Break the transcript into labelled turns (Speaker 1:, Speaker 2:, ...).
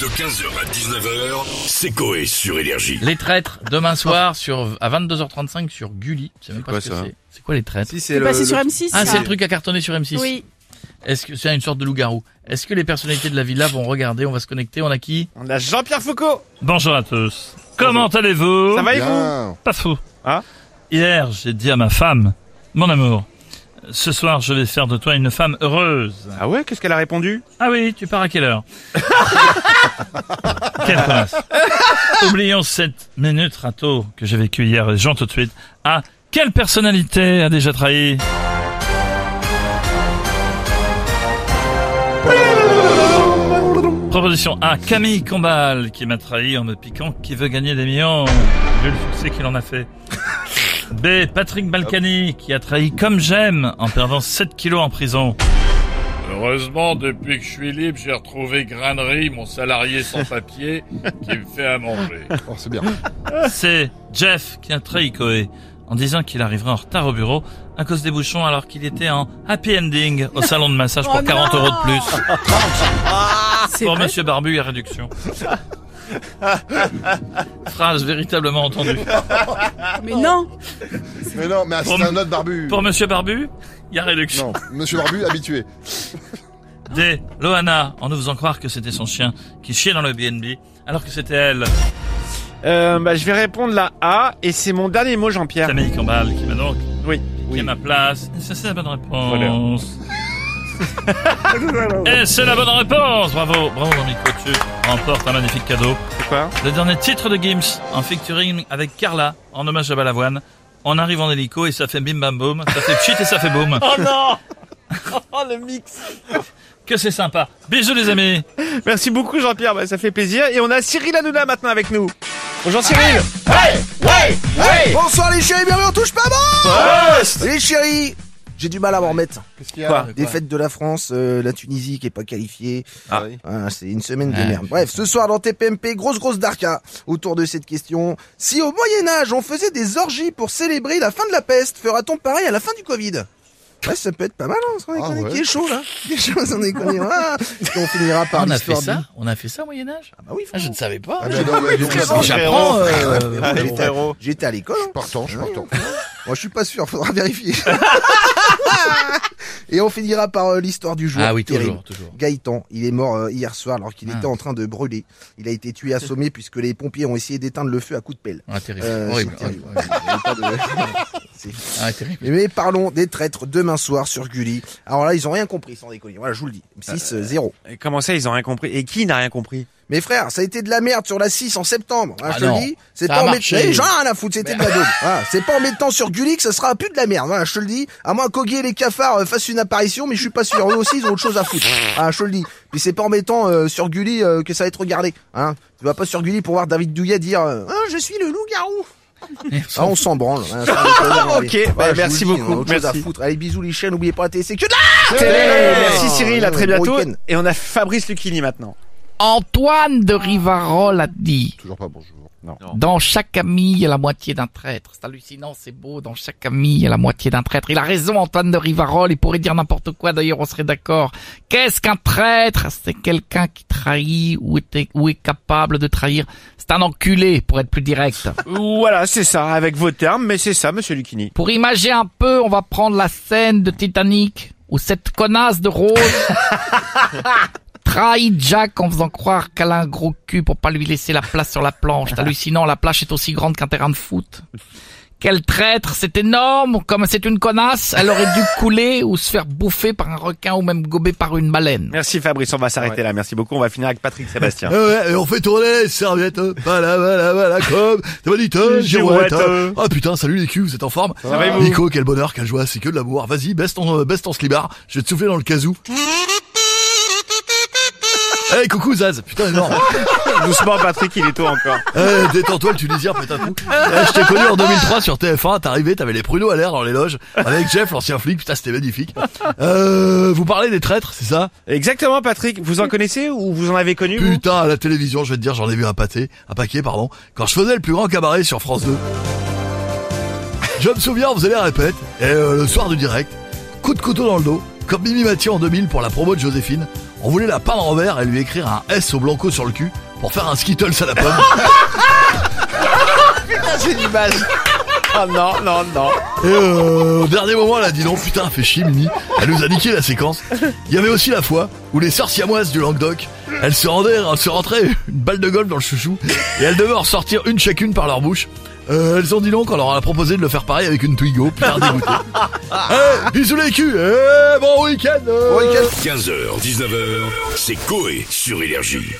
Speaker 1: De 15h à 19h, c'est Coé sur Énergie.
Speaker 2: Les traîtres, demain soir sur, à 22h35 sur Gulli. Je sais même
Speaker 3: C'est
Speaker 2: pas
Speaker 3: quoi
Speaker 2: ce
Speaker 3: ça
Speaker 2: que c'est. C'est quoi les traîtres
Speaker 3: Si,
Speaker 4: C'est passé sur M6
Speaker 2: Ah,
Speaker 4: ça.
Speaker 2: c'est le truc à cartonner sur M6.
Speaker 4: Oui.
Speaker 2: Est-ce que c'est une sorte de loup-garou Est-ce que les personnalités de la villa vont regarder On va se connecter. On a qui
Speaker 5: On a Jean-Pierre Foucault.
Speaker 6: Bonjour à tous. Comment allez-vous
Speaker 5: Ça va et vous
Speaker 3: Bien.
Speaker 6: Pas fou.
Speaker 5: Hein
Speaker 6: Hier, j'ai dit à ma femme, mon amour, ce soir je vais faire de toi une femme heureuse.
Speaker 5: Ah ouais, qu'est-ce qu'elle a répondu
Speaker 6: Ah oui, tu pars à quelle heure Quelle connasse. Oublions cette minute râteau que j'ai vécue hier et j'en tout de suite. Ah, quelle personnalité a déjà trahi Proposition A, Camille Combal qui m'a trahi en me piquant qui veut gagner des millions, vu le succès qu'il en a fait. B, Patrick Balkany qui a trahi comme j'aime en perdant 7 kilos en prison.
Speaker 7: Heureusement, depuis que je suis libre, j'ai retrouvé Grainerie, mon salarié sans papier, qui me fait à manger.
Speaker 3: Oh, c'est
Speaker 4: Ah.
Speaker 3: bien.
Speaker 6: C'est Jeff qui a trahi Koé en disant qu'il arriverait en retard au bureau à cause des bouchons alors qu'il était en happy ending au salon de massage pour
Speaker 4: Oh
Speaker 6: 40
Speaker 4: non
Speaker 6: euros de plus.
Speaker 4: C'est
Speaker 6: Pour
Speaker 4: vrai
Speaker 6: Monsieur Barbu et réduction. Phrase véritablement entendue.
Speaker 4: Mais non.
Speaker 3: Mais non, mais ah, c'est
Speaker 6: Pour-
Speaker 3: un autre barbu.
Speaker 6: Pour Monsieur Barbu, il y a réduction.
Speaker 3: Non, monsieur barbu habitué.
Speaker 6: D. Loana en nous faisant croire que c'était son chien qui chiait dans le BNB alors que c'était elle,
Speaker 5: euh, bah, Je vais répondre la A et c'est mon dernier mot, Jean-Pierre.
Speaker 6: Camille Cambal, qui m'a donc
Speaker 5: Oui.
Speaker 6: Qui est
Speaker 5: oui.
Speaker 6: ma place Ça, c'est la bonne réponse. Et c'est la bonne réponse Bravo, bravo Dominique Coutu remporte un magnifique cadeau.
Speaker 5: C'est quoi
Speaker 6: Le dernier titre de Gims, en featuring avec Carla, en hommage à Balavoine. On arrive en hélico et ça fait bim bam boum, ça fait pchit et ça fait boum.
Speaker 5: Oh non Oh le mix
Speaker 6: Que c'est sympa Bisous les amis
Speaker 5: Merci beaucoup, Jean-Pierre, bah, ça fait plaisir. Et on a Cyril Hanouna maintenant avec nous. Bonjour Cyril
Speaker 8: Bonsoir les chéris, bienvenue, on touche pas bon Les chéris j'ai du mal à m'en remettre.
Speaker 2: Ah,
Speaker 3: Qu'est-ce qu'il y a
Speaker 8: Défaite de la France, euh, la Tunisie qui est pas qualifiée.
Speaker 3: Ah oui.
Speaker 8: Ah, c'est une semaine de
Speaker 6: Ah,
Speaker 8: merde. Bref, ce soir dans TPMP, grosse grosse darka autour de cette question. Si au Moyen Âge on faisait des orgies pour célébrer la fin de la peste, fera-t-on pareil à la fin du Covid Ouais, ça peut être pas mal, hein,
Speaker 2: Ah
Speaker 8: sans déconner,
Speaker 3: ouais.
Speaker 8: qui est chaud là. Qui est chaud, sans déconner. Ah, on finira par
Speaker 2: On a fait
Speaker 8: l'histoire
Speaker 2: ça
Speaker 8: du-
Speaker 2: On a fait ça au Moyen-Âge
Speaker 8: Ah bah oui,
Speaker 2: ah, Je ne savais pas.
Speaker 3: Ah, mais non, mais donc,
Speaker 8: frérot,
Speaker 3: je
Speaker 2: J'apprends. euh,
Speaker 8: Ah,
Speaker 5: Allez,
Speaker 8: j'étais-
Speaker 5: frérot.
Speaker 8: J'étais à l'école. hein.
Speaker 3: suis partant, je suis partant.
Speaker 8: Moi, je suis pas sûr, faudra vérifier. Et on finira par euh, l'histoire du jour.
Speaker 2: Ah oui,
Speaker 8: Terrible.
Speaker 2: toujours, toujours.
Speaker 8: Gaëtan, il est mort euh, hier soir alors qu'il
Speaker 2: Ah.
Speaker 8: était en train de brûler. Il a été tué assommé puisque les pompiers ont essayé d'éteindre le feu à coups de pelle.
Speaker 2: Ah, terrible.
Speaker 8: Euh,
Speaker 2: horrible.
Speaker 8: c'est terrible.
Speaker 2: horrible, horrible.
Speaker 8: Il y avait pas de-
Speaker 2: Ah, terrible.
Speaker 8: Mais, mais parlons des traîtres demain soir sur Gulli. Alors là, ils ont rien compris sans déconner. Voilà, je vous le dis.
Speaker 2: Euh,
Speaker 8: euh, 6-0.
Speaker 5: Et Comment ça, ils ont rien compris Et qui n'a rien compris
Speaker 8: Mes frères, ça a été de la merde sur la 6 en septembre. hein,
Speaker 2: Ah
Speaker 8: je te
Speaker 2: non,
Speaker 8: le dis. C'est
Speaker 2: ça
Speaker 8: pas
Speaker 2: a
Speaker 8: en
Speaker 2: marché.
Speaker 8: mettant, Eh, j'en ai rien à foutre, c'était de la daube. Voilà, c'est pas en mettant sur Gulli que ça sera plus de la merde. Voilà, je te le dis. À moins qu'Oggy et les cafards euh, fassent une apparition, mais je suis pas sûr. Eux aussi, ils ont autre chose à foutre. Ah, je te le dis. Puis c'est pas en mettant euh, sur Gulli euh, que ça va être regardé. Hein. Tu vas pas sur Gulli pour voir David Douillet dire, euh, Ah, je suis le loup-garou. Ah, on s'en branle. hein, ça, on s'en branle.
Speaker 5: Ok,
Speaker 8: Ouais,
Speaker 5: bah,
Speaker 8: je vous
Speaker 5: merci
Speaker 8: le dis,
Speaker 5: beaucoup,
Speaker 8: on a autre chose à
Speaker 5: merci.
Speaker 8: foutre. Allez, bisous les chiens, n'oubliez pas la télé, c'est que de la
Speaker 5: Eh Merci Cyril, à très
Speaker 8: Bon
Speaker 5: bientôt.
Speaker 8: week-end.
Speaker 5: Et on a Fabrice Lucchini maintenant.
Speaker 9: Antoine de Rivarol a dit
Speaker 3: Toujours pas bonjour.
Speaker 9: Dans chaque ami, il y a la moitié d'un traître. C'est hallucinant, c'est beau. Dans chaque ami, il y a la moitié d'un traître. Il a raison, Antoine de Rivarol. Il pourrait dire n'importe quoi. D'ailleurs, on serait d'accord. Qu'est-ce qu'un traître C'est quelqu'un qui trahit ou, était- ou est capable de trahir. C'est un enculé, pour être plus direct.
Speaker 5: voilà, c'est ça, avec vos termes, mais c'est ça, monsieur Lucchini.
Speaker 9: Pour imaginer un peu, on va prendre la scène de Titanic où cette connasse de Rose trahit Jack en faisant croire qu'elle a un gros cul pour pas lui laisser la place sur la planche. C'est hallucinant, la plage est aussi grande qu'un terrain de foot. Quel traître, c'est énorme, comme c'est une connasse, elle aurait dû couler ou se faire bouffer par un requin ou même gober par une baleine.
Speaker 5: Merci Fabrice, on va s'arrêter là. Merci beaucoup, on va finir avec Patrick Sébastien.
Speaker 10: Eh Ouais, et on fait tourner les serviettes, voilà, voilà, voilà, comme, t'as pas dit,
Speaker 5: Les
Speaker 10: euh, girouette,
Speaker 5: girouettes, Ah.
Speaker 10: euh.
Speaker 5: euh.
Speaker 10: Ah putain, salut les culs, vous êtes en forme
Speaker 5: Ça va et vous
Speaker 10: Nico, quel bonheur, quelle joie, c'est que de l'amour. Vas-y, baisse ton, euh, baisse ton slibard, je vais te souffler dans le casou. Hey, coucou Zaz, putain, énorme.
Speaker 5: Doucement Patrick, il est tôt encore.
Speaker 10: Eh, détends-toi le Tunisien, pète un coup. Eh, je t'ai connu en 2003 sur TF1, t'arrivais, t'avais les pruneaux à l'air dans les loges, avec Jeff, l'ancien flic, putain, c'était magnifique. Euh, vous parlez des traîtres, c'est ça
Speaker 5: Exactement Patrick, vous en connaissez ou vous en avez connu vous
Speaker 10: Putain, à la télévision, je vais te dire, j'en ai vu un pâté, un paquet, pardon, quand je faisais le plus grand cabaret sur France 2. Je me souviens, on faisait les répètes, et euh, le soir du direct, coup de couteau dans le dos, comme Mimi Mathieu en 2000 pour la promo de Joséphine, on voulait la peindre en vert et lui écrire un S au Blanco sur le cul pour faire un Skittles à la pomme.
Speaker 5: c'est l'image. Oh non, non, non.
Speaker 10: Et euh, au dernier moment, elle a dit non, putain, fait chier, Mimi. Elle nous a niqué la séquence. Il y avait aussi la fois où les sœurs siamoises du Languedoc, elles se rendaient, elles se rentraient une balle de golf dans le chouchou et elles devaient en sortir une chacune par leur bouche. Euh, elles ont dit non quand on leur a proposé de le faire pareil avec une Twigo, putain dégoûté. Eh, bisous les culs, eh, bon week-end euh.
Speaker 8: Bon week-end.
Speaker 1: 15h, 19h, c'est Coé sur Énergie.